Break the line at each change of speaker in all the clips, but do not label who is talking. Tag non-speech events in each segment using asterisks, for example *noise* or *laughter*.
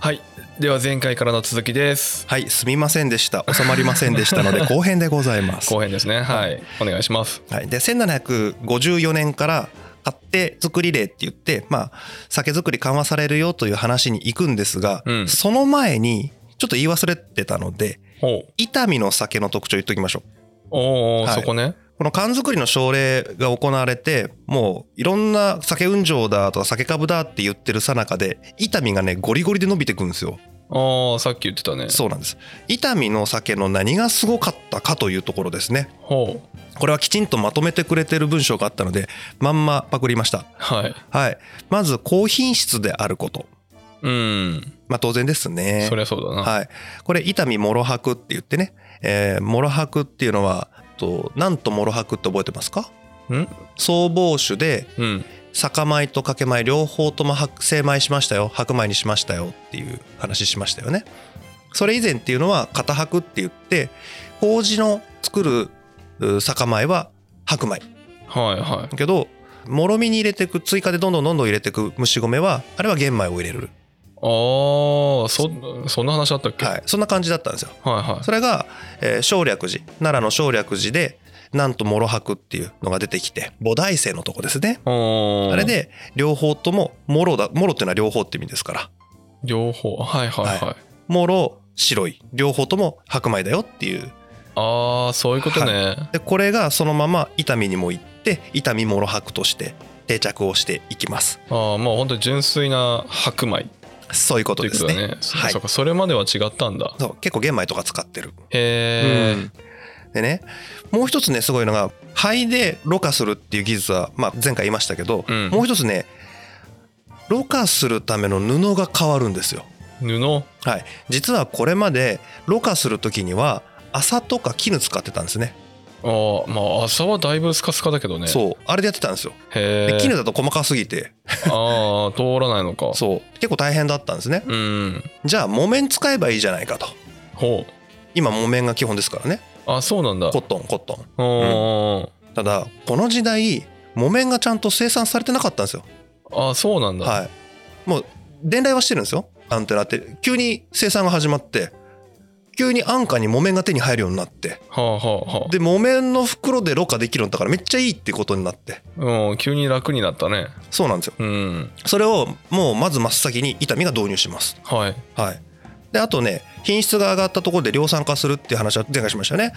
はいでは前回からの続きです
はい、すみませんでした。収まりませんでした
*laughs*
ので後編でございます。
後編ですねはい、お願いします
はい、で1754年から勝手作り令って言って、まあ、酒造り緩和されるよという話に行くんですが、
うん
その前にちょっと言い忘れてたので
おう
伊丹の酒の特徴言っときましょう
おうおう
はい
そこね
この缶作りの奨励が行われてもういろんな酒運上だとか酒株だって言ってるさなかで伊丹がねゴリゴリで伸びてくんですよ
ああさっき言ってたね
そうなんです伊丹の酒の何がすごかったかというところですね
ほう
これはきちんとまとめてくれてる文章があったのでまんまパクりました
はい
はいまず高品質であること
うん
まあ当然ですね
そりゃそうだな、
はいこれ伊丹諸白って言ってね、えー、諸白っていうのはとなんと諸白って覚えてますか
ん
総合酒で
うん
酒米と掛け米両方とも白精米しましたよ白米にしましたよっていう話しましたよねそれ以前っていうのは片白って言って麹の作るう酒米は白米
はいは
けどもろみに入れてく追加でどんどんどんどん入れてく蒸し米はあれは玄米を入れる、
いああそそんな話あったっけ、
はい、そんな感じだったんですよ
はいはい
それが、えー省略寺奈良の省略寺でなんと諸白っていうのが出てきて菩提生のとこですね
おー
あれで両方とも諸だ諸っていうのは両方って意味ですから
両方はいはいはい、
は諸白い両方とも白米だよっていう
ああそういうことね、
でこれがそのまま伊丹にも行って伊丹諸白として定着をしていきます
ああもう本当に純粋な白米
そういうことと
いう
で
こ
す
とだね
ね
そ
はい
そうかそれまでは違ったんだ
そう結構玄米とか使ってる
へえ、
うんでねもう一つねすごいのが肺でろ過するっていう技術は、まあ、前回言いましたけど、
うん
もう一つねろ過するための布が変わるんですよ。
布
はい、実はこれまでろ過する時には麻とか絹使ってたんですね
ああまあ朝はだいぶスカスカだけどねう
そうあれでやってたんですよ
へ
で
え
絹だと細かすぎて
ああ通らないのか
そう結構大変だったんですね
うん
じゃあ木綿使えばいいじゃないかと
ほう
今木綿が基本ですからね
あそうなんだ
コットンコットン
うん
ただこの時代木綿がちゃんと生産されてなかったんですよ
あそうなんだ、
はい、もう伝来はしてるんですよアンテナって急に生産が始まって急に安価に木綿が手に入るようになって
はあはあはあ
で木綿の袋でろ過できるんだからめっちゃいいってことになって
うん、急に楽になったね
そうなんですよ
うん
それをもうまず真っ先に伊丹が導入します
はい
はいであとね品質が上がったところで量産化するっていう話は前回しましたよね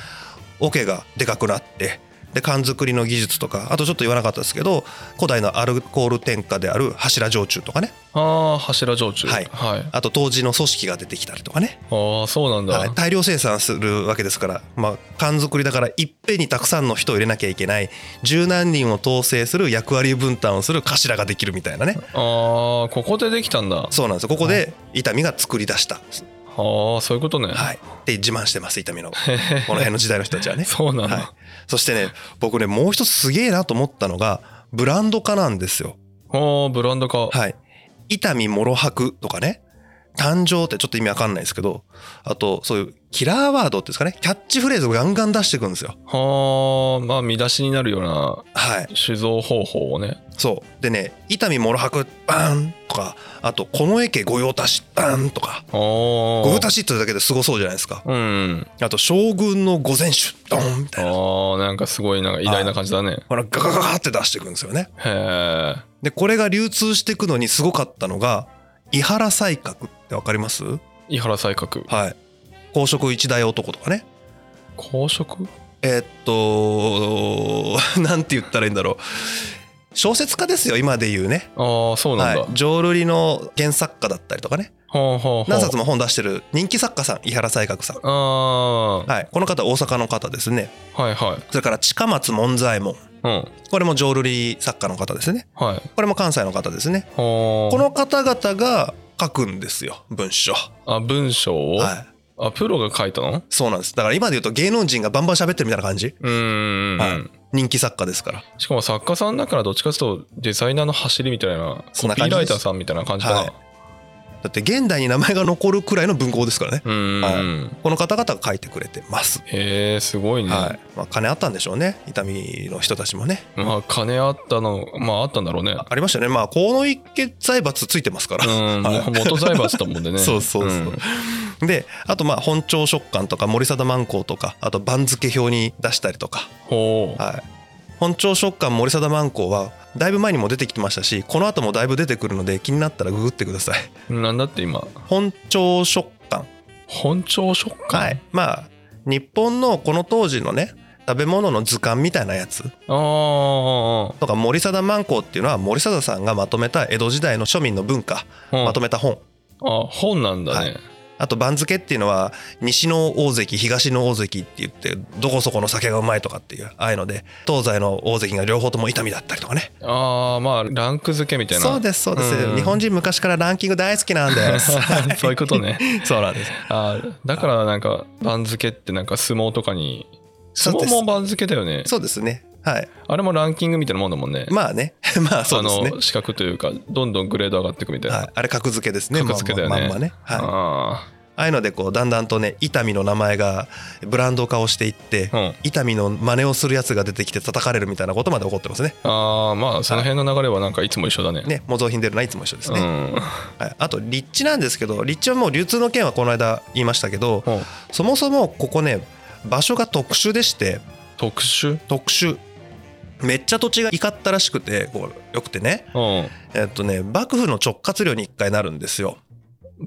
桶がでかくなってで缶作りの技術とかあとちょっと言わなかったですけど古代のアルコール添加である柱焼酎とかね
ああ柱焼酎
はい
はい、
あと当時の組織が出てきたりとかね
ああそうなんだ、
はい、大量生産するわけですから、まあ、缶作りだからいっぺんにたくさんの人を入れなきゃいけない十何人を統制する役割分担をする頭ができるみたいなね
ああここでできたんだ
そうなんですよここで伊丹が作り出した、
ああそういうことね、
はい、って自慢してます伊丹
*laughs*
のこの辺の時代の人たちはね、
そうなんだ、
はい、そしてね僕ねもう一つすげえなと思ったのがブランド化なんですよ
ああブランド化、
はい伊丹諸白とかね誕生ってちょっと意味わかんないですけどあとそういうキラーワードっていうんですかねキャッチフレーズをガンガン出していくんですよ
はあまあ見出しになるような
はい
酒造方法をね
そうでね伊丹諸白バーンとかあとこの池御用達バーンとか
ああ
御用達ってだけですごそうじゃないですか
うん
あと将軍の御前酒ドンみたいな
ああなんかすごいなんか偉大な感じだね
このガガガガって出していくんですよね
へえ
でこれが流通していくのにすごかったのが伊原西閣ってわかります
井原西閣
はい公職一代男とかね
公職
えーっと *laughs* なんて言ったらいいんだろう小説家ですよ今で言うね
ああそうなんだ、
は
は
い浄瑠璃の原作家だったりとかね
あはあはあ
何冊も本出してる人気作家さん伊原西閣さん、
あ
はい、この方大阪の方ですね
あはいはい
それから近松門左衛門
うん
これも浄瑠璃作家の方ですね
はい
これも関西の方ですね
こ
この方々が書くんですよ文章
あ文章を、
はい
あプロが書いたの
そうなんですだから今で言うと芸能人がバンバン喋ってるみたいな感じ
うーん、
は人気作家ですから
しかも作家さんだからどっちかというとデザイナーの走りみたいな
そんな
コピー
感じです
ライターさんみたいな感じかな、
はいだって現代に名前が残るくらいの文豪ですからね
うん、
はこの方々が書いてくれてます、
へえすごいね、
はいまあ、金あったんでしょうね痛みの人たちもね
まあ金あったのまああったんだろうね
ありましたねまあ河野一家財閥ついてますから、
うん、
はい
も元財閥だもんでね
*laughs* そうそうそう、
ん
であとまあ本庁食感とか森貞万光とかあと番付表に出したりとか、
ほう
はい、本庁食感森貞万光はだいぶ前にも出てきてましたしこの後もだいぶ出てくるので気になったらググってください
なんだって今
本庁食感
本庁食感、
はいまあ日本のこの当時のね食べ物の図鑑みたいなやつ
あ
とか森貞万光っていうのは森貞さんがまとめた江戸時代の庶民の文化
あ、うん
まとめた本
あ本なんだね、
あと番付っていうのは西の大関東の大関って言ってどこそこの酒がうまいとかっていうああいうので東西の大関が両方とも痛みだったりとかね
ああまあランク付けみたいな
そうですそうです、
うん
日本人昔からランキング大好きなんです
*laughs* そういうことね
そうなんです
あーだからなんか番付ってなんか相撲とかに相
そうで
撲
す
も番付だよね
そうですねはい
あれもランキングみたいなもんだもんね、
まあね *laughs* まあそうですね
あの資格というかどんどんグレード上がっていくみたいな、
はい、あれ格付けですね
格付けだよね
まんままんまね、はい、あ
あ
あいうのでこうだんだんとね伊丹の名前がブランド化をしていって
あ、うん、
伊丹の真似をするやつが出てきて叩かれるみたいなことまで起こってますね
あーまあその辺の流れはなんかいつも一緒だね
ね模造品出るのはいつも一緒です
う
ね、
ん
はい、あと立地なんですけど立地はもう流通の件はこの間言いましたけど
ほう
そもそもここね場所が特殊でして
特殊
特殊めっちゃ土地が怒ったらしくてこうよくてね
うん
えっとね幕府の直轄領に一回なるんですよ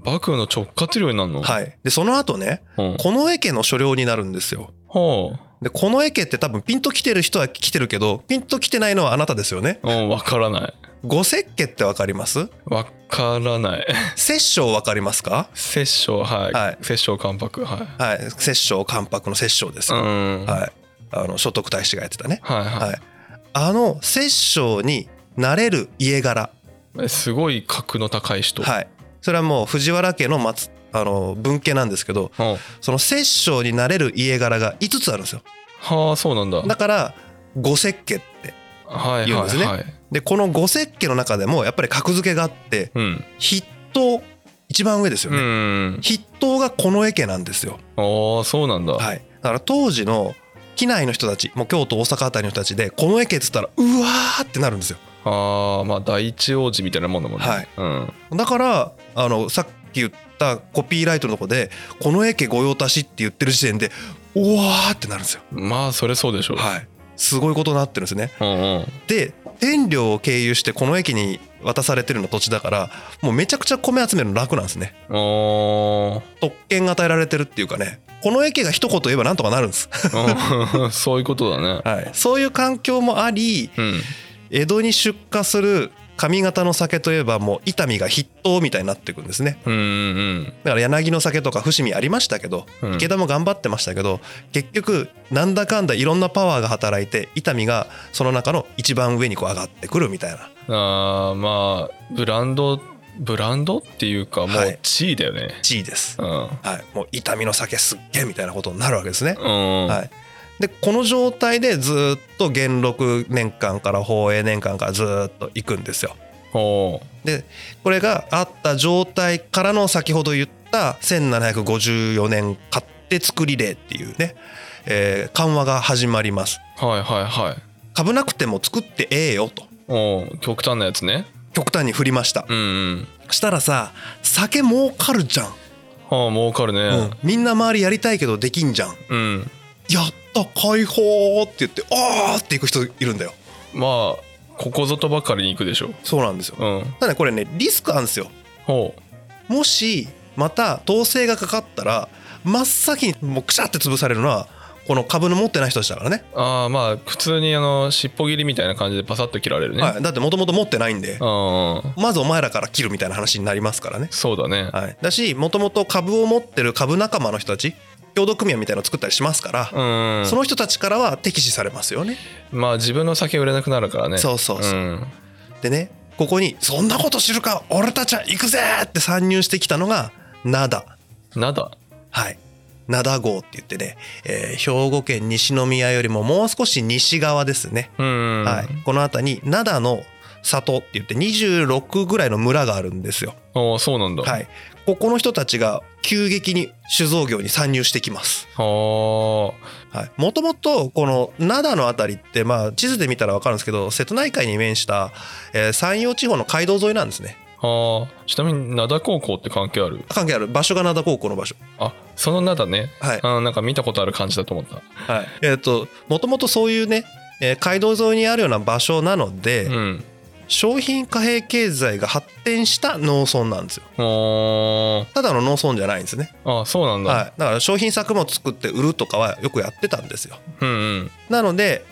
幕府の直轄領になるのい、
はいでその後ね
うん、
近衛家の所領になるんですよ
ほう
で近衛家って多分ピンと来てる人は来てるけどピンと来てないのはあなたですよね
うん、わからない。
五石家ってわかります
わからない。 *laughs*
摂政わかりますか
摂政、はい。
はい
摂政関白、はい。
はい摂政関白の摂政です
う
よ、
ん。はい、
はいあの聖徳太子がやってたね
は
はい、あの摂政になれる家柄、
い、すごい格の高い人。い。
はい、それはもう藤原家の松あの文家なんですけど
うん、
その摂政になれる家柄が5つあるんですよ
はあ、そうなんだ。
だから五石家って
はい、はい、
言うんですね
はい。
でこの五石家の中でもやっぱり格付けがあって
うん。
筆頭一番上ですよ
う
ね、
ん。
筆頭がこの家なんですよ、
ああ、そうなんだ。
はい、だから当時の機内の人たちもう京都大阪あたりの人たちでこの家っつったらうわーってなるんですよ
ああ、まあ、第一王子みたいなもんだもんね。
はい。
うん。
だからあのさっき言ったコピーライトのとこで「この絵家御用達」って言ってる時点で「おわー!」ってなるんですよ。
まあ、それそうでしょう。
はい、すごいことになってるんですね。
うんうん。
で天領を経由してこの駅に渡されてるの土地だからもうめちゃくちゃ米集めるの楽なんですね。
おー
特権が与えられてるっていうかねこの駅が一言言えばなんとかなるんです。
うんそういうことだね。
はい、 *laughs* そういう環境もあり
うん。
江戸に出荷する上方の酒といえばもう伊丹が筆頭みたいになっていくんですね。
うんうん
だから柳の酒とか伏見ありましたけど
うん。うん
池田も頑張ってましたけど結局なんだかんだいろんなパワーが働いて伊丹がその中の一番上にこう上がってくるみたいな
あーまあブランドブランドっていうかも
は
う
い
地位だよね、
地位です、
うん
はい、もう伊丹の酒すっげえみたいなことになるわけですね、
うん、
はい、でこの状態でずーっと元禄年間から宝永年間からずーっと行くんですよ
お
でこれがあった状態からの先ほど言った1754年勝手作り令っていうね、えー緩和が始まります
ーはいはいはい
株なくても作ってええよと
おー極端なやつね
極端に振りました、
うんうん
したらさ酒儲かるじゃん、
ああ儲かる
う
ね
んみんな周りやりたいけどできんじゃん
うん、
やった解放って言ってあーっていく人いるんだよ
まあここぞとばかりに行くでしょ
そうなんですよ
うん
ただねこれねリスクあるんですよ
ほ
もしまた統制がかかったら真っ先にもうくしゃって潰されるのはこの株の持ってない人たちだからね
うああまあ普通にあの尻尾切りみたいな感じでパサッと切られるね、
はい、だってもともと持ってないんで
うん
まずお前らから切るみたいな話になりますからね、
そうだね
はい、だしもともと株を持ってる株仲間の人たち共同組合みたいなの作ったりしますから、
うん
その人たちからは敵視されますよね。
まあ自分の酒売れなくなるからね
そうそうそう。
ん、
でね、ここに、そんなこと知るか、俺たちは行くぜって参入してきたのが、灘。
なんだ
はい。灘号って言ってね、えー兵庫県西宮よりももう少し西側ですね。
うん
はい。この辺りに、灘の里って言って26ぐらいの村があるんですよ。
ああそうなんだ、
はい、ここの人たちが急激に酒造業に参入してきます。
あー
はい、もともとこの灘の辺りって、まあ、地図で見たら分かるんですけど瀬戸内海に面した、えー山陽地方の街道沿いなんですね。
あーちなみに灘高校って関係ある
関係ある場所が灘高校の場所。
あその灘ね
はい
あーなんか見たことある感じだと思った
はい、えっ、ともともとそういうね、えー街道沿いにあるような場所なので、
うん
商品貨幣経済が発展した農村なんですよ。
あー
ただの農村じゃないんですね。
あそうなんだ、
はい、だから商品作物作って売るとかはよくやってたんですよ。
うんうん
なので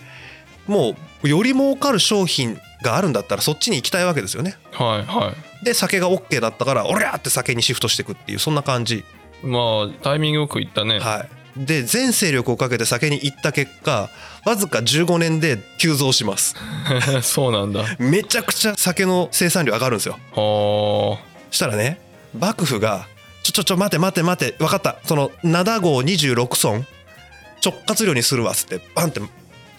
もうより儲かる商品があるんだったらそっちに行きたいわけですよね。
はいは
で酒が OK だったから「おりゃ!」って酒にシフトしていくっていうそんな感じ。
いまあタイミングよくいったね、
はい、で全勢力をかけて酒に行った結果わずか15年で急増します。
*laughs* そうなんだあ
めちゃくちゃ酒の生産量上がるんですよ。
ー
したらね幕府が「ちょちょちょ待て待て待て分かったその灘号26村直轄領にするわ」っつってバンって取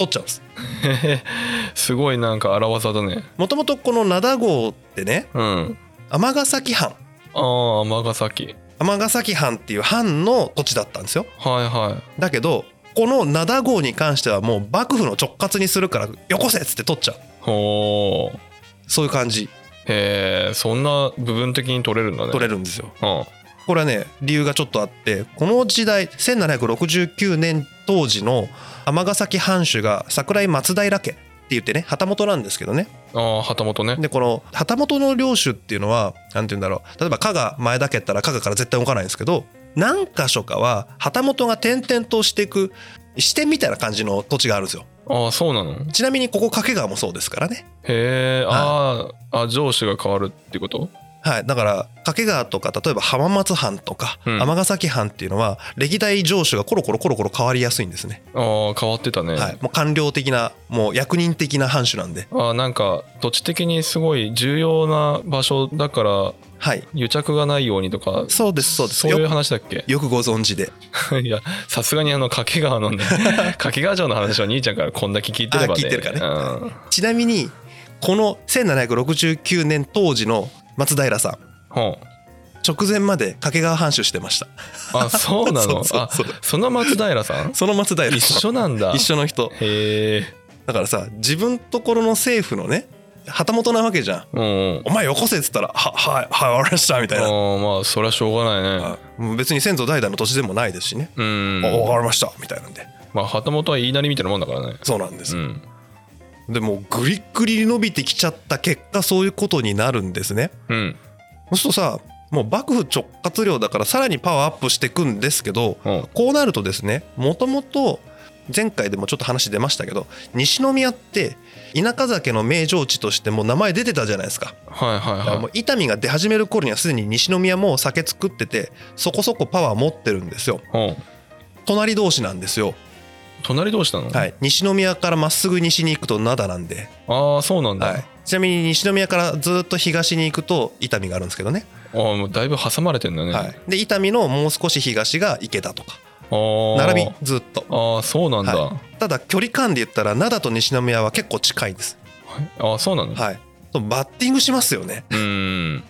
っちゃうんです。
*laughs* すごいなんか荒技だね
もともとこの灘号ってね
うん
尼崎藩
ああ尼崎
尼崎藩っていう藩の土地だったんですよ。
はいは
だけどこの灘号に関してはもう幕府の直轄にするからよこせっつって取っちゃう
いほー
そういう感じ
へえそんな部分的に取れるんだね
取れるんですよ。
うん
これはね理由がちょっとあってこの時代1769年当時の尼崎藩主が桜井松平家って言ってね旗本なんですけどね
ああ旗本ね
でこの旗本の領主っていうのは何て言うんだろう例えば加賀前田家やったら加賀から絶対動かないんですけど何箇所かは旗本が転々としていく支店みたいな感じの土地があるんですよ
ああそうなのへ
ちなみにここ掛川もそうですからね
えあーあ上司が変わるってこと
はい、だから掛川とか例えば浜松藩とか
うん
尼崎藩っていうのは歴代城主がコロコロコロコロ変わりやすいんですね、
ああ変わってたね、
はい、もう官僚的なもう役人的な藩主なんで、
ああなんか土地的にすごい重要な場所だから
はい、
癒着がないようにとか
そうですそうです
いう
よ
話だっけ
よくご存知で
*laughs* いやさすがにあの掛川
*laughs*
のね掛川城の話は兄ちゃんからこんだけ聞いてればね
あ聞いてるからね
うん
ちなみにこの1769年当時の松平さん
ほ
直前まで掛川藩主してました
うあそうな
*laughs* そ
の
うそう
あ
そう
その松平さん
その松平さん
一緒なんだ
一緒の人
へえ
だからさ自分ところの政府のね旗本なわけじゃん
うんうん
お前よこせっつったらははいはいわかりましたみたいな
ああまあそりゃしょうがないね
はいもう別に先祖代々の土地でもないですしね、
うん
あわかりましたみたいなんで
まあ旗本は言いなりみたいなもんだからね
そうなんです、
うん
でもうグリッグリに伸びてきちゃった結果そういうことになるんですね
うん
そうするとさもう幕府直轄領だからさらにパワーアップしていくんですけど
うん
こうなるとですねもともと前回でもちょっと話出ましたけど西宮って田舎酒の名城地としてもう名前出てたじゃないですか
はいはい
だからも
は
う伊丹が出始める頃にはすでに西宮も酒作っててそこそこパワー持ってるんですよ
いうん
隣同士なんですよ
隣同士なの
はい、西宮からまっすぐ西に行くと灘なんで、
ああそうなんだ
はい、ちなみに西宮からずっと東に行くと伊丹があるんですけどね、
ああもうだいぶ挟まれてんだね、
はい、で伊丹のもう少し東が池田とか
ああ
並びずっと
ああそうなんだ、
はただ距離感で言ったら灘と西宮は結構近いです、
ああそうなの、
はい、とバッティングしますよね
うん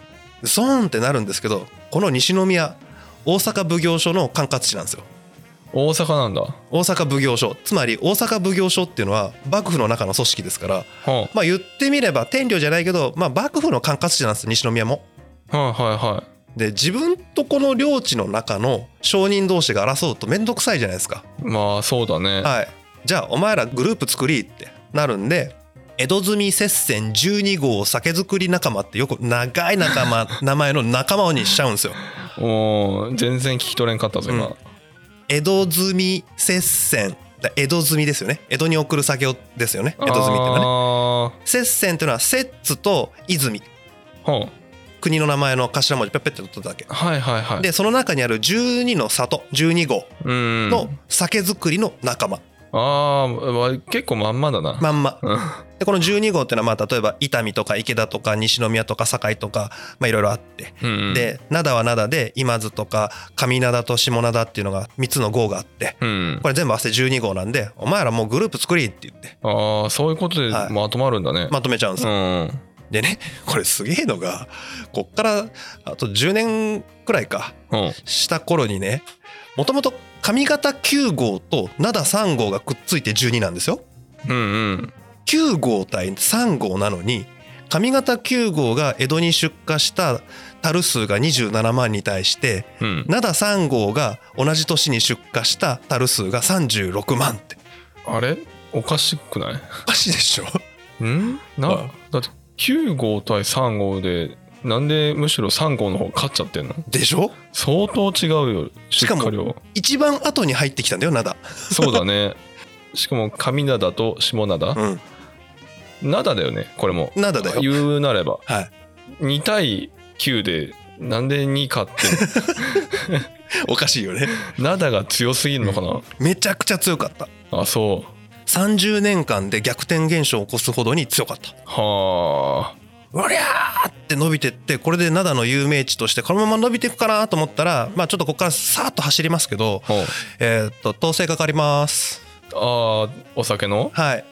ゾーンってなるんですけどこの西宮大阪奉行所の管轄地なんですよ
大阪なんだ
大阪奉行所つまり大阪奉行所っていうのは幕府の中の組織ですから
は
まあ言ってみれば天領じゃないけど、まあ、幕府の管轄地なんです西宮も
あ、はいはいはい
で自分とこの領地の中の商人同士が争うと面倒くさいじゃないですか。
まあそうだね、
はい、じゃあお前らグループ作りってなるんで江戸積み接戦12号酒造り仲間ってよく長い仲間名前の仲間にしちゃうんですよ。
おー全然聞き取れんかったぞ今、
うん江戸積み接戦だ江戸積みですよね江戸に送る酒をですよね江戸積みってのはね。
はね
接戦っていうのは摂津と泉
は
国の名前の頭文字ペッペッて取っただけ。
あ、はいはいはい
でその中にある12の里12号
うん
の酒造りの仲間
ああわ結構まんまだな、
まんま
うん
でこの12号っていうのはまあ例えば伊丹とか池田とか西宮とか堺とかまあいろいろあって、
うんうん、
で灘は灘で今津とか上灘と下灘っていうのが3つの号があって
うん
これ全部合わせて12号なんでお前らもうグループ作りって言って
ああそういうことで
はい
まとまるんだね、
まとめちゃうんですよ
うん
でねこれすげえのがこっからあと10年くらいか
うん
した頃にねもともと上方9号と灘3号がくっついて12なんですよ。
うんうん
9号対3号なのに上方9号が江戸に出荷した樽数が27万に対して
うん
灘3号が同じ年に出荷した樽数が36万って
あれおかしくない
おかしいでしょ
ん
あ
なだって9号対3号でなんでむしろ3号の方が勝っちゃってんの
でしょ
相当違うよ
し
出
かも
荷量
一番後に入ってきたんだよ灘。
そうだねしかも上灘と下灘
うん、
灘だよねこれも
灘だよ。
言うなれば
はい、
2対9でなんで2かって
おかしいよね。 *laughs*
灘が強すぎるのかな、
めちゃくちゃ強かった。
あそう
30年間で逆転現象を起こすほどに強かった。
はあ
うりゃーって伸びてってこれで灘の有名地としてこのまま伸びていくかなと思ったらまあちょっとここからさーっと走りますけど
ほう
えーっと統制かかります
あーお酒の
はい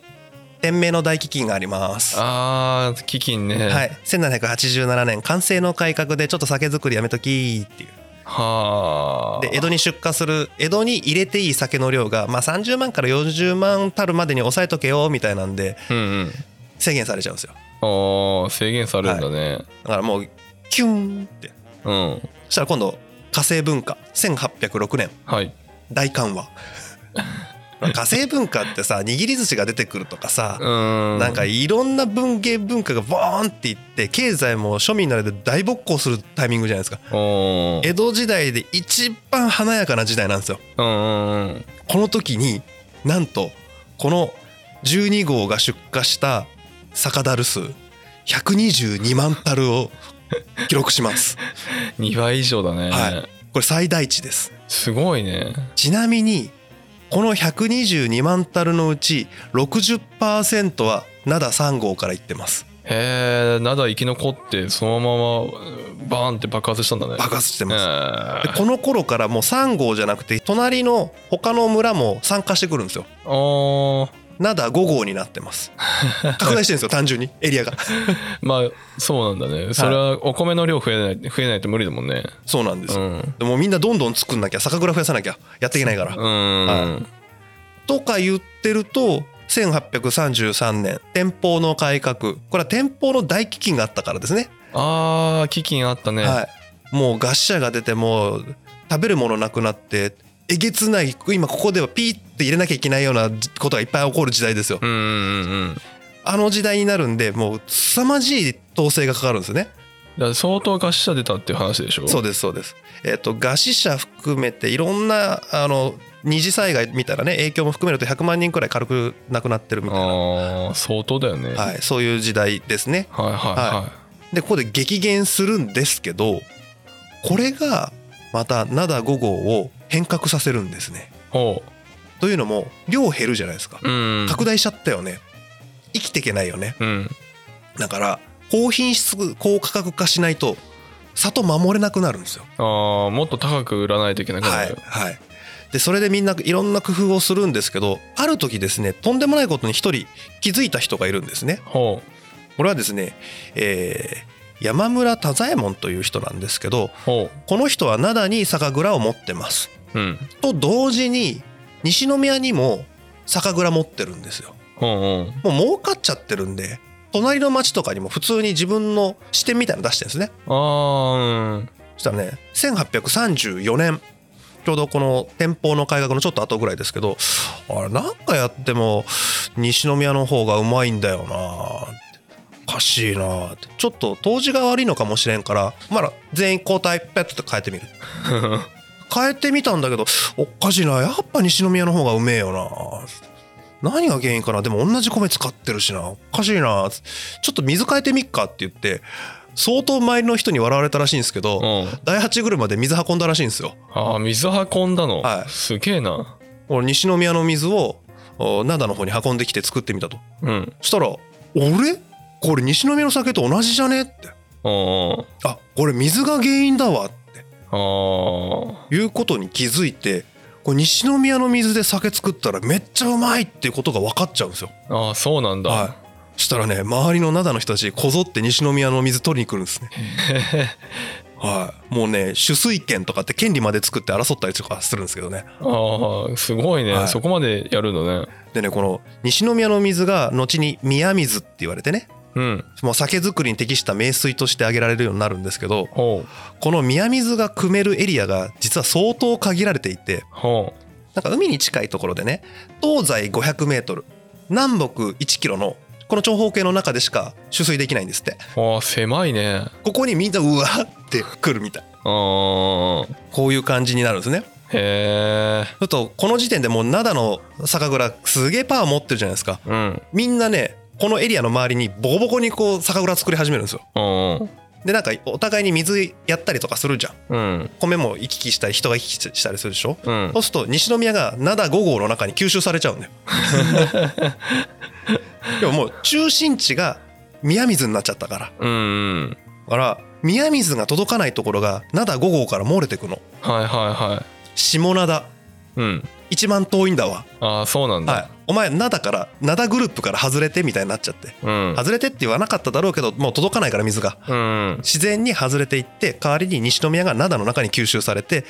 天明の大飢饉がありますは
あー基金ね、
い1787年寛政の改革でちょっと酒造りやめときーっていう
はあ
で江戸に出荷する江戸に入れていい酒の量がまあ30万から40万たるまでに抑えとけよみたいなんで
うんうん
制限されちゃうんですよ
ああ制限されるんだね、
だからもうキューンって
うん
そしたら今度火星文化1806年
はい
大緩和火星文化ってさ握り寿司が出てくるとかさ
う、ーん
なんかいろんな文芸文化がボーンっていって経済も庶民の間で大勃興するタイミングじゃないですか
おー
江戸時代で一番華やかな時代なんですよ
うんうんうん
この時になんとこの12号が出荷した酒樽数122万樽を記録します
2倍以上だね、
はこれ最大値です
すごいね
ちなみにこの122万樽のうち60%は灘3号からいってます
へえ灘生き残ってそのままバーンって爆発したんだね
爆発してます、
え
でこの頃からもう3号じゃなくて隣の他の村も参加してくるんですよ
えおー
灘5号になってます
*laughs*
拡大してるんですよ単純にエリアが
まあそうなんだねそれはお米の量増えない増えないと無理だもんね
そうなんです
う
よ、
ん
でもうみんなどんどん作んなきゃ酒蔵増やさなきゃやっていけないから、
うん、
はとか言ってると1833年天保の改革これは天保の大飢饉があったからですね
あー基金あったね、
はい、もう餓死者が出てもう食べるものなくなってえげつない今ここではピーって入れなきゃいけないようなことがいっぱい起こる時代ですよ
うんうんうんうん
あの時代になるんでもう凄まじい統制がかかるんですよね
だから相当餓死者出たっていう話でしょ
そう
う
ですそうですえっ、と餓死者含めていろんなあの二次災害みたいなね影響も含めると100万人くらい軽くなくなってるみたいな、
ああ相当だよね、
はい、そういう時代ですね
はいはいは
でここで激減するんですけどこれがまた灘5号を変革させるんですね
いほ
というのも量減るじゃないですか
ううん
拡大しちゃったよね生きていけないよね
うん
だから高品質高価格化しないと差と守れなくなるんですよ
あーもっと高く売らないといけなく
は
ないる、
はいでそれでみんないろんな工夫をするんですけどある時ですねとんでもないことに一人気づいた人がいるんですね
ほ
これはですね、えー山村太左衛門という人なんですけど
うほ
この人は灘に酒蔵を持ってます
ううん
と同時に西宮にも酒蔵持ってるんですよ
うんうん
もう儲かっちゃってるんで隣の町とかにも普通に自分の支店みたいなの出してるんですね
ああうん
そしたらね1834年ちょうどこの天保の改革のちょっと後ぐらいですけどあれなんかやっても西宮の方がうまいんだよなおかしいなってちょっと当時が悪いのかもしれんからまだ全員交代ペットって変えてみる変えてみたんだけどおかしいなやっぱ西宮の方がうめえよな何が原因かなでも同じ米使ってるしなおかしいなちょっと水変えてみっかって言って相当周りの人に笑われたらしいんですけど、
うん
第8車で水運んだらしいんですよ
ああ水運んだの、
はい
すげえな
この西宮の水をお灘の方に運んできて作ってみたと
うん
そしたら「俺これ西宮の酒と同じじゃね?」って
うんうん
「あこれ水が原因だわ」って
ああ
いうことに気づいてこれ西宮の水で酒作ったらめっちゃうまいっていうことが分かっちゃうんですよ
ああそうなんだ、
はしたらね周りの灘の人たちこぞって西宮の水取りに来るん *laughs* ですね。はい、もうね取水権とかって権利まで作って争ったりとかするんですけどね
ああすごいね、
はい
そこまでやるのね
でねこの西宮の水が後に宮水って言われてね
うん
もう酒造りに適した名水として挙げられるようになるんですけど
ほう
この宮水が汲めるエリアが実は相当限られていて
ほ
なんか海に近いところでね東西 500m 南北 1km のこの長方形の中でしか取水できないんですって
うああ狭いね
ここにみんなうわーって来るみたい
うん
こういう感じになるんですね
へえ
ちょっとこの時点でもう灘の酒蔵すげえパワー持ってるじゃないですか
うん
みんなねこのエリアの周りにボコボコにこう酒蔵作り始めるんですよ
うん
でなんかお互いに水やったりとかするじゃん
うん
米も行き来したり人が行き来したりするでしょ
うん
そうすると西宮が灘5号の中に吸収されちゃうん
*laughs*
だよでももう中心地が宮水になっちゃったから
うんうん
だから宮水が届かないところが灘5号から漏れてくの
はいはいは
下灘
いうん
一番遠いんだわ
ああそうなんだ、
はい、お前灘から灘グループから外れてみたいになっちゃって
うん
外れてって言わなかっただろうけどもう届かないから水が
うん
自然に外れていって代わりに西宮が灘の中に吸収されて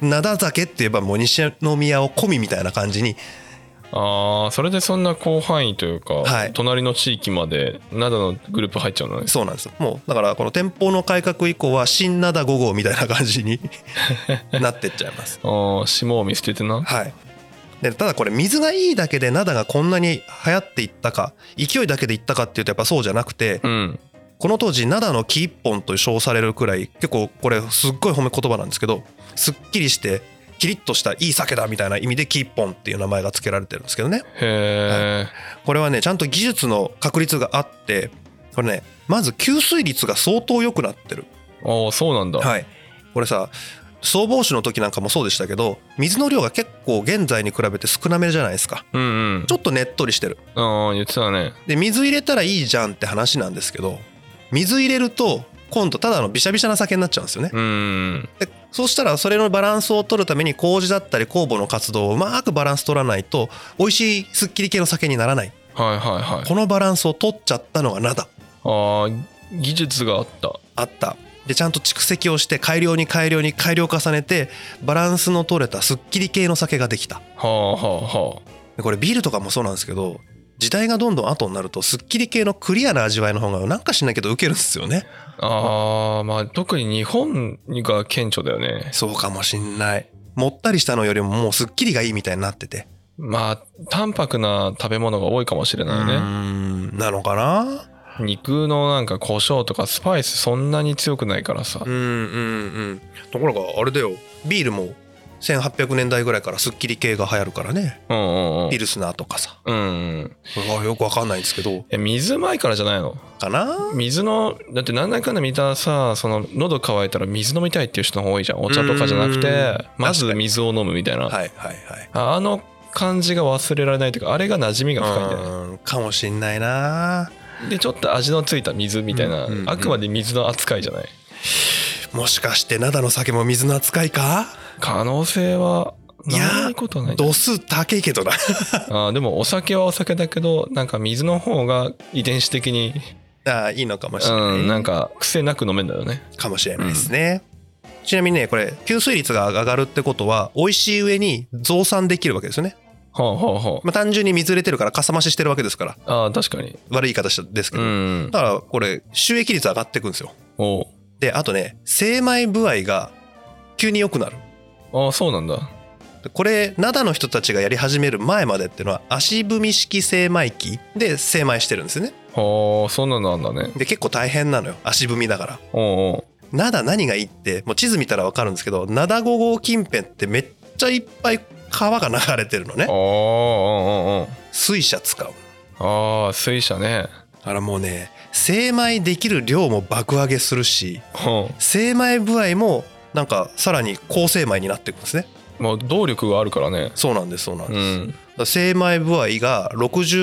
灘酒って言えばもう西宮を込みみたいな感じに
ああそれでそんな広範囲というか、
はい
隣の地域まで灘のグループ入っちゃうのね
そうなんですよもうだからこの天保の改革以降は新灘5号みたいな感じに *laughs* なってっちゃいます
ああ霜を見捨ててな
はいでただこれ水がいいだけで灘がこんなに流行っていったか勢いだけでいったかっていうとやっぱそうじゃなくて
うん
この当時灘の木一本と称されるくらい結構これすっごい褒め言葉なんですけどすっきりしてキリッとしたいい酒だみたいな意味で木一本っていう名前が付けられてるんですけどね
へえ、
これはねちゃんと技術の確率があってこれねまず吸水率が相当良くなってる
ああそうなんだ、
はいこれさ消防士の時なんかもそうでしたけど水の量が結構現在に比べて少なめじゃないですか
うんうん
ちょっとねっとりしてる
ああ言ってたね
で水入れたらいいじゃんって話なんですけど水入れると今度ただのビシャビシャな酒になっちゃうんですよね
うん
でそうしたらそれのバランスを取るために麹だったり酵母の活動をうまくバランス取らないと美味しいすっきり系の酒にならない
はいはいはい
このバランスを取っちゃったのが灘
ああ技術があった
あったでちゃんと蓄積をして改良に改良に改良を重ねてバランスの取れたすっきり系の酒ができた
はあはあは
でこれビールとかもそうなんですけど時代がどんどん後になるとすっきり系のクリアな味わいの方がなんかしないけど受けるんですよね
ああーまあ特に日本が顕著だよね
そうかもしんないもったりしたのよりももうすっきりがいいみたいになってて
まあ淡白な食べ物が多いかもしれ
う
ないね
ーんなのかな
肉のなんか胡椒とかスパイスそんなに強くないからさ
うんうんうんところがあれだよビールも1800年代ぐらいからスッキリ系が流行るからね
うんうんうん
ピルスナーとかさ
うんうん
うわよくわかんないんですけど
え水うまいからじゃないの
かな
水のだってなんだかんだ見たらさその喉乾いたら水飲みたいっていう人の方が多いじゃんお茶とかじゃなくて
うん
まず水を飲むみたいな、
はいはいはい
ああの感じが忘れられないというかあれが馴染みが深いんだよね
うんかもしんないな
でちょっと味のついた水みたいな、
うんうんうん
あくまで水の扱いじゃない
もしかして灘の酒も水の扱いか
可能性はい
やー
ないことない
度数高いけどな *laughs*
あーでもお酒はお酒だけどなんか水の方が遺伝子的に、
あーいいのかもしれない、
うん、なんか癖なく飲めんだよね
かもしれないですね、ちなみにねこれ吸水率が上がるってことは美味しい上に増産できるわけですよね、
はあはあは
まあ、単純に水入れてるからかさ増ししてるわけですから
ああー確かに
悪い言い方ですけ
う
ど、
ん
だからこれ収益率上がっていくんですよ
おう
であとね精米具合が急に良くなる
ああそうなんだ
でこれ灘の人たちがやり始める前までっていうのは足踏み式精米機で精米してるんですよね
はあそんなのあんだね
で結構大変なのよ足踏みだから
おうおう
灘何がいいってもう地図見たら分かるんですけど灘5号近辺ってめっちゃいっぱい川が流れてるの
あ
ね
あうんうんうん
水車使う
ああ水車ね
だからもうね精米できる量も爆上げするし
うん
精米具合もなんかさらに高精米になっていくんですね
もう動力があるからね
そうなんですそうなん
う
です、
ん
だから精米具合が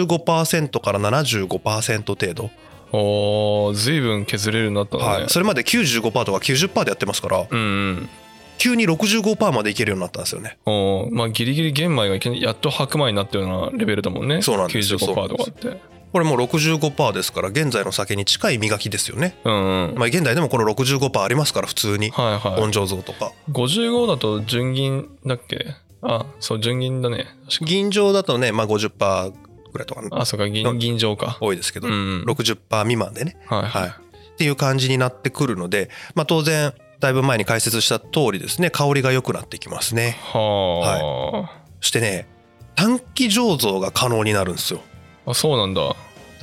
65%から75%程度、
おー随分削れるようになったのね、
はい、それまで95%とか90%でやってますから
うんうん
急に65%までいけるようになったんですよね
おーまあギリギリ玄米がいきなりやっと白米になったようなレベルだもんね
そうなんですよ
95%とかって
これもう65%ですから現在の酒に近い磨きですよね、
うんうん
まあ、現代でもこの65%ありますから普通に
はいは
温醸造とか
い55だと純銀だっけあそう純銀だね確か
銀醸だとね、まあ、50%ぐらいとか
あそうか
の
銀銀錠か
多いですけど、
うんうん
60%未満でね、
はい
は、
はいい
っていう感じになってくるので、まあ、当然だいぶ前に解説した通りですね香りが良くなってきますね
は
そしてね短期醸造が可能になるんですよ
ああそうなんだ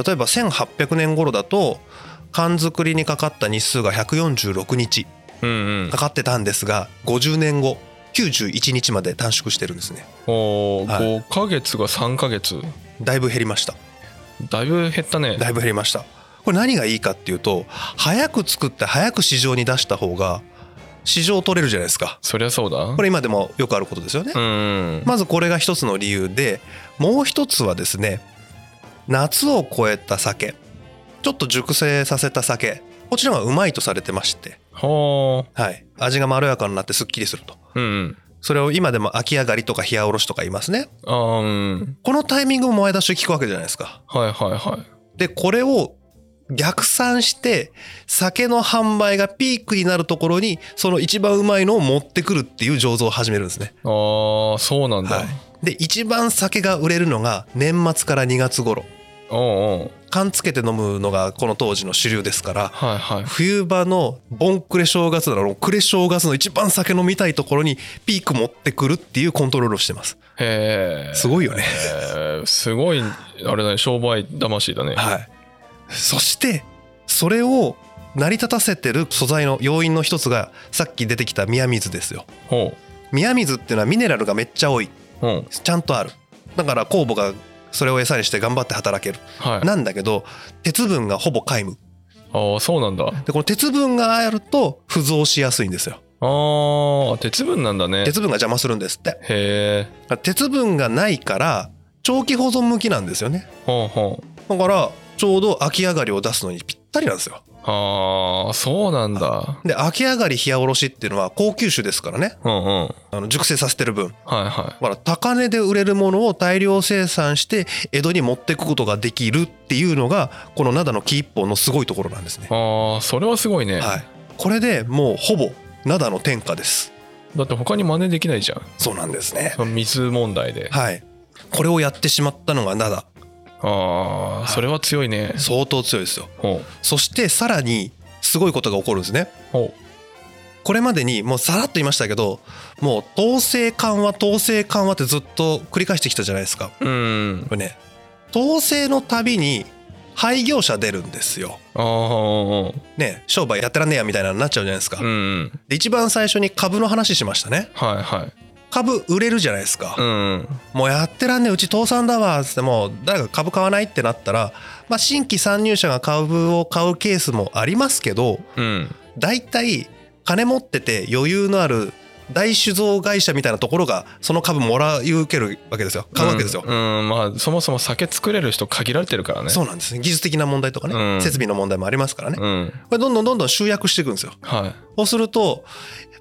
例えば1800年頃だと缶作りにかかった日数が146日
うんうん
かかってたんですが50年後91日まで短縮してるんですね
おお、
はい
5ヶ月が3ヶ月
だいぶ減りました
だいぶ減ったね
だいぶ減りましたこれ何がいいかっていうと早く作って早く市場に出した方が市場取れるじゃないですか
そりゃそうだ
これ今でもよくあることですよね
うんうん
まずこれが一つの理由でもう一つはですね夏を超えた酒ちょっと熟成させた酒こちらはうまいとされてまして、
は
はい、味がまろやかになってすっきりすると
あうんうん
それを今でも秋上がりとか冷やおろしとか言いますね
あーうん
このタイミングも前出しで聞くわけじゃないですか
はいはいはい
でこれを逆算して酒の販売がピークになるところにその一番うまいのを持ってくるっていう醸造を始めるんですね。
あーそうなんだ、
はいで一番酒が売れるのが年末から2月頃
おうおう
缶つけて飲むのがこの当時の主流ですから
はいはい
冬場のボンクレ正月だろうクレ正月の一番酒飲みたいところにピーク持ってくるっていうコントロールをしてます。
へえ
すごいよね。
えーすごいあれだね商売魂だね、
はい、そしてそれを成り立たせてる素材の要因の一つがさっき出てきた宮水ですよ
ほ
宮水っていうのはミネラルがめっちゃ多いう
うん
ちゃんとあるだから酵母がそれを餌にして頑張って働ける
はい
なんだけど鉄分がほぼ皆無
ああそうなんだ
でこの鉄分があると浮増しやすいんですよ
あー鉄分なんだねへ
鉄分が邪魔するんですってだか
え
ら鉄分がないから長期保存向きなんですよね
ほうほう
だからちょうど秋上がりを出すのにぴったりなんですよ
ああそうなんだ
で秋上がり冷やおろしっていうのは高級酒ですからね
うんうんはい
あの熟成させてる分だ
は
から高値で売れるものを大量生産して江戸に持っていくことができるっていうのがこの灘の木一本のすごいところなんですね
い、ああそれはすごいね、
はい、これでもうほぼ灘の天下です
だって他に真似できないじゃん
そうなんですね
その水問題で
はいこれをやってしまったのが灘
ああそれは強いね
相当強いですよ
ほう
そしてさらにすごいことが起こるんですね
ほ
これまでにもうさらっと言いましたけどもう統制緩和統制緩和ってずっと繰り返してきたじゃないですか
ううん
これね統制のたびに廃業者出るんですよ。
ああ
ね商売やってらんねえやみたいなのになっちゃうじゃないですか。
うんうん
で一番最初に株の話しましたね。
はいはい
株売れるじゃないですか。
うん
もうやってらんねえうち倒産だわっつってもう誰か株買わないってなったら、まあ、新規参入者が株を買うケースもありますけど
うん
大体金持ってて余裕のある大酒造会社みたいなところがその株もらい受けるわけですよ買うわけですよ。
うん、うんまあそもそも酒作れる人限られてるからね
そうなんですね技術的な問題とかね、
うん
設備の問題もありますからね、
うん
これどんどんどんどん集約していくんですよ。
はい
そうすると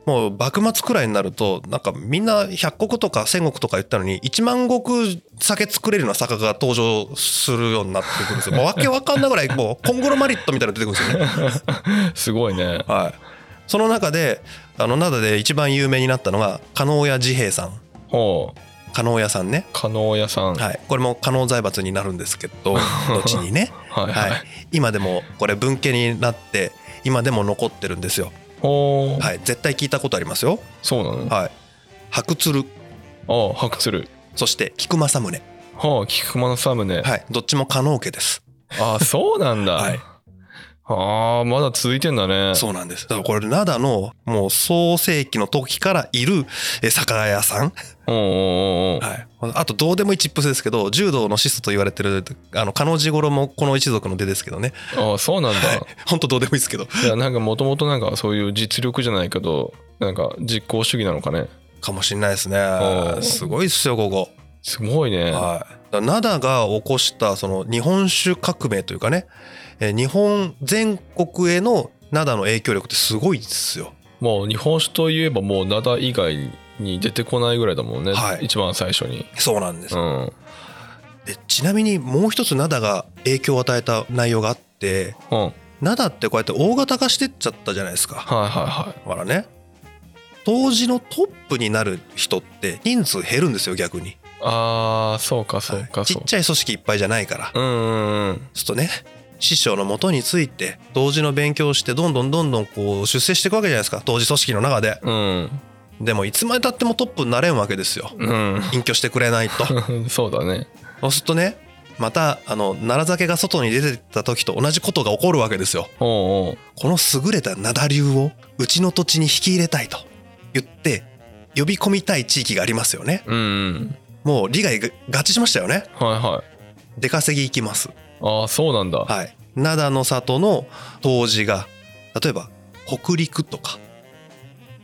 もう幕末くらいになるとなんかみんな100石とか1,000石とか言ったのに1万石酒作れるような酒が登場するようになってくるんですよ。もうわけわかんないぐらいもうコングロマリットみたいなの出てくるんですよね。
すごいね
はい、その中であの灘で一番有名になったのが加納屋治兵衛さん
ほう
加納屋さんね。
加納屋さんはい
はい、これも加納財閥になるんですけ *laughs* ど後にね、
はい、
はい、今でもこれ文家になって今でも残ってるんですよ。
ほう、
はい、絶対聞いたことありますよ。
そうなの
はい。白鶴、
ああ白鶴
そして菊正宗。
はあ菊間のサムネ、
はい。どっちも加納家です。
ああそうなんだ、
はい
ああまだ続いてんだね
そうなんです。だからこれ、灘の、もう創世紀の時からいるえ酒屋さん。
おうおうおうおう
はい。あと、どうでもいいチップスですけど、柔道の始祖と言われてる、あの、加納治五郎もこの一族の出ですけどね。 *laughs*
ああそうなんだ、
はい。ほんとどうでもいいですけど。
いやなんかもともとなんかそういう実力じゃないけどなんか実行主義なのかね
かもしんないですね
お。う
すごいっすよ、ここ。
すごいね、
はい、だから灘が起こしたその日本酒革命というかね、えー日本全国への灘の影響力ってすごいですよ。
もう日本酒といえばもう灘以外に出てこないぐらいだもんね、
はい
一番最初に
そうなんです。
うん
でちなみにもう一つ灘が影響を与えた内容があって
うんはい
灘ってこうやって大型化してっちゃったじゃないですか
はいはい
だからね当時のトップになる人って人数減るんですよ逆に
あーそうかそうか
はいち
そう
っ
か、
ちゃい組織いっぱいじゃないから
うんうんうん
ちょっとね師匠のもとについて同時の勉強をしてどんどんどんどんこう出世していくわけじゃないですか同時組織の中で
うん
でもいつまでたってもトップになれんわけですよ隠居してくれない
*laughs*
と
うんそうだね
そうするとねまたあの奈良酒が外に出てった時と同じことが起こるわけですよ
おうおう
この優れた灘流をうちの土地に引き入れたいと言って呼び込みたい地域がありますよね
うんうん
もう利害が合致しましたよね
はいはい
出稼ぎ行きます
ああそうなんだ、
はい、灘の里の当時が例えば北陸とか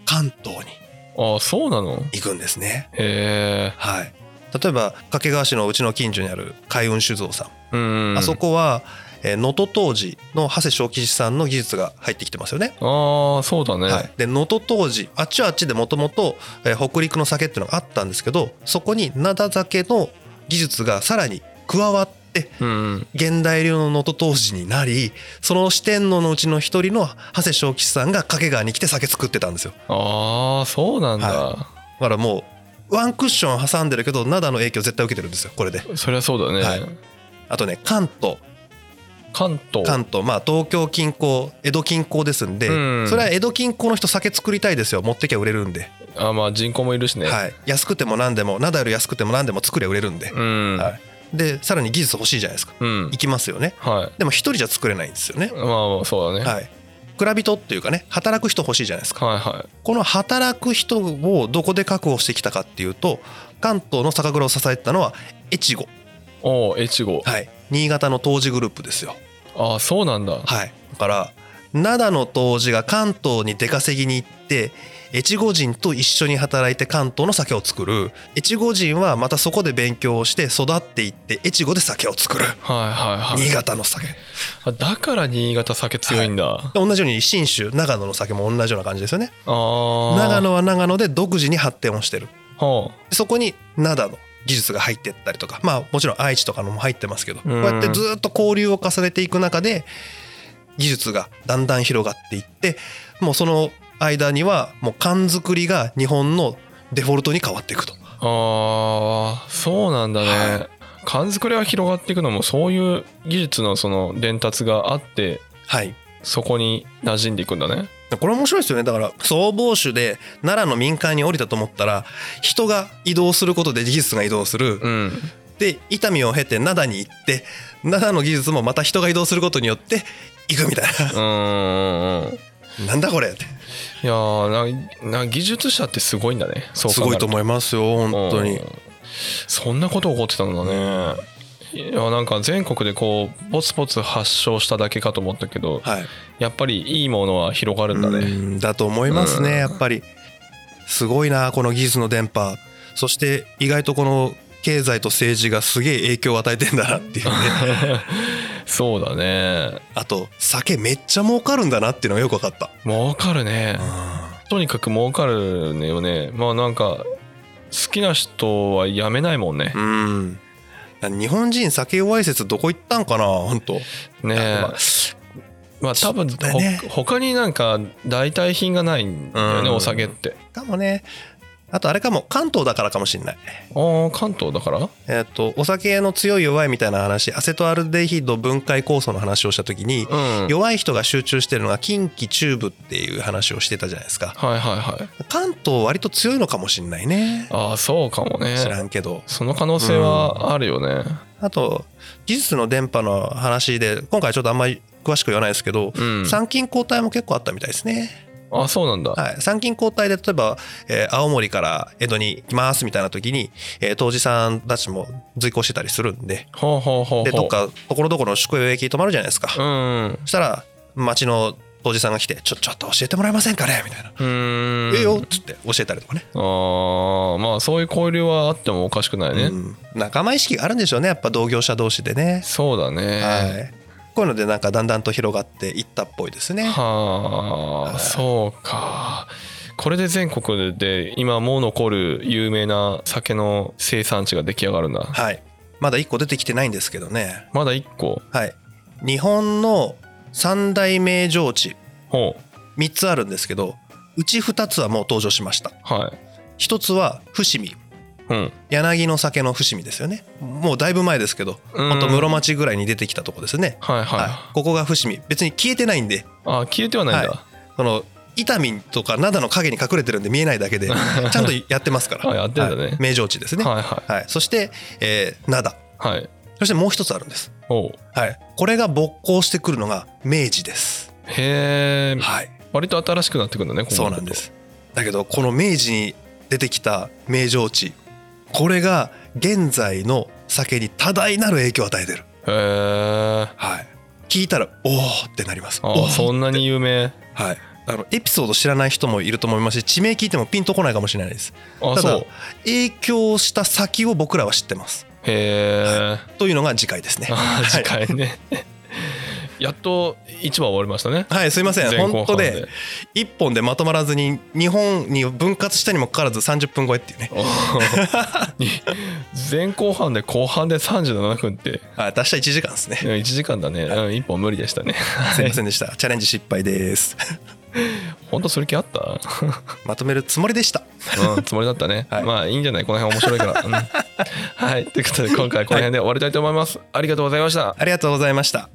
関東に
ああそうなの
行くんですね。
へえ
はい、例えば掛川市のうちの近所にある海運酒造さん、
うん
あそこはえー能登当時の長谷正吉さんの技術が入ってきてますよね。
ああそうだね、
はい、で能登当時あっちはあっちでもともと北陸の酒っていうのがあったんですけどそこに灘酒の技術がさらに加わって
うん
現代流の能登当時になりその四天王のうちの一人の長谷正吉さんが掛川に来て酒作ってたんですよ
ああそうなんだ、
だからもうワンクッション挟んでるけど灘の影響絶対受けてるんですよこれで
そりゃそうだね、
はいあとね関東
関東
関東まあ東京近郊江戸近郊ですんで
うん
それは江戸近郊の人酒作りたいですよ持ってきゃ売れるんで、
あまあ人口もいるしね、
はい、安くても何でも灘より安くても何でも作りゃ売れるんで、
うん、
はい、でさらに技術欲しいじゃないですか
うん
行きますよね
はい
でも一人じゃ作れないんですよね
まあまあそうだね、
はい蔵人っていうかね働く人欲しいじゃないですか
はいはい
この働く人をどこで確保してきたかっていうと関東の酒蔵を支えてたのは越後、
おお越後
はい、新潟の当時グループですよ、
ああそうなんだ
はい、だから灘の当時が関東に出稼ぎに行って越後人と一緒に働いて関東の酒を作る越後人はまたそこで勉強をして育っていって越後で酒を作る
はいはいはい
新潟の酒
あだから新潟酒強いんだ、
同じように信州長野の酒も同じような感じですよね
ああ
長野は長野で独自に発展をしてる
ほ
そこに灘の技術が入ってったりとかまあもちろん愛知とかのも入ってますけどこうやってずっと交流を重ねていく中で技術がだんだん広がっていってもうその間にはもう缶作りが日本のデフォルトに変わっていくと。
うああそうなんだね、
は
缶作りが広がっていくのもそういう技術のその伝達があって
はい
そこに馴染んでいくんだね
これ面白いですよねだから総防守で奈良の民間に降りたと思ったら人が移動することで技術が移動する、
うん
で伊丹を経て灘に行って灘の技術もまた人が移動することによって行くみたい
うんうんうん
*laughs* ななんだこれって
いやーなな技術者ってすごいんだねそう
す
考え
ごい
る
と思いますよ本当に
うんそんなこと起こってたんだねいやなんか全国でこうポツポツ発症しただけかと思ったけど
はい
やっぱりいいものは広がるんだ
う
ね
んだと思います
うん
ねやっぱりすごいなこの技術の電波そして意外とこの経済と政治がすげえ影響を与えてんだなっ
*laughs*
ていうね
そうだね
あと酒めっちゃ儲かるんだなっていうのがよく分かった
儲かるね
う
とにかく儲かるよねまあなんか好きな人はやめないもんね
ん日本人酒弱い説どこ行ったんかな本当
ねえ
まあ
まあ多分
ちょっとね
ほ他になんか代替品がないんだよね
うん
お酒って
かもねあとあれかも関東だからかもしんない
ああ関東だから
えっとお酒の強い弱いみたいな話アセトアルデヒド分解酵素の話をした時に
うん
弱い人が集中してるのが近畿中部っていう話をしてたじゃないですか
はいはいはい
関東割と強いのかもしんないね
ああそうかもね
知らんけど
その可能性はあるよね
あと技術の電波の話で今回ちょっとあんまり詳しく言わないですけど
うん、
参勤交代も結構あったみたいですね、
あそうなんだ、
はい、参勤交代で例えば、えー青森から江戸に行きますみたいな時に、えー当時さんたちも随行してたりするんで
ほうほうほうほう
でどっかところどころ宿営駅に泊まるじゃないですか、
うん
そしたら町の当時さんが来て「ちょちょっと教えてもらえませんかね」みたいな
うーん
ええよっつって教えたりとかね
あーまあそういう交流はあってもおかしくないね、
うん仲間意識があるんでしょうねやっぱ同業者同士でね、
そうだね
はいこういうのでなんかだんだんと広がっていったっぽいですね
はあ、
はい
そうかこれで全国で今もう残る有名な酒の生産地が出来上がるんだ
はいまだ1個出てきてないんですけどね
まだ一個
はい日本の三大名城地
ほう
3つあるんですけどうち2つはもう登場しました
はい
1つは伏見
うん
柳の酒の伏見ですよねもうだいぶ前ですけど
うん
ほんと室町ぐらいに出てきたとこですね
はいはい、
はい、ここが伏見別に消えてないんで
あ消えてはないんだ、
はその伊丹とか灘の影に隠れてるんで見えないだ
*laughs*
けでちゃんとやってますから
あやってんだね
はい名城地ですね、は
はいはい
いそして、えー灘
はい、
そしてもう一つあるんです、
おう
はい、これが勃興してくるのが明治です、
へえ、
はい、
割と新しくなってくるんだねここ
そう
の
な
こ
ん
と
ですだけどこの明治に出てきた名城地これが現在の酒に多大なる影響を与えてる、
へえ
はい、聞いたらおおってなりますお
あ
ー
そんなに有名
はい、あのエピソード知らない人もいると思いますし地名聞いてもピンとこないかもしれないです
あ
た
そ
だ
う
影響した先を僕らは知ってます
へえ
というのが次回ですね
あ
は
次
い、
回ね *laughs* やっと一話終わりましたね
はい、すいません
前後
本
半
当
で
で1本でまとまらずに日本に分割したにもかかわらず30分超えっていうね
おーに前後半で後半で37分って
あ達した1時間ですね
うん1時間だね、うん、1本無理でしたね *laughs*
すいませんでしたチャレンジ失敗です *laughs*
本当する気あった、
まとめるつもりでした
うん、つもりだったね、
*laughs* はい
まあいいんじゃないこの辺面白いから、うんはいということで今回はこの辺で終わりたいと思います、ありがとうございました
ありがとうございました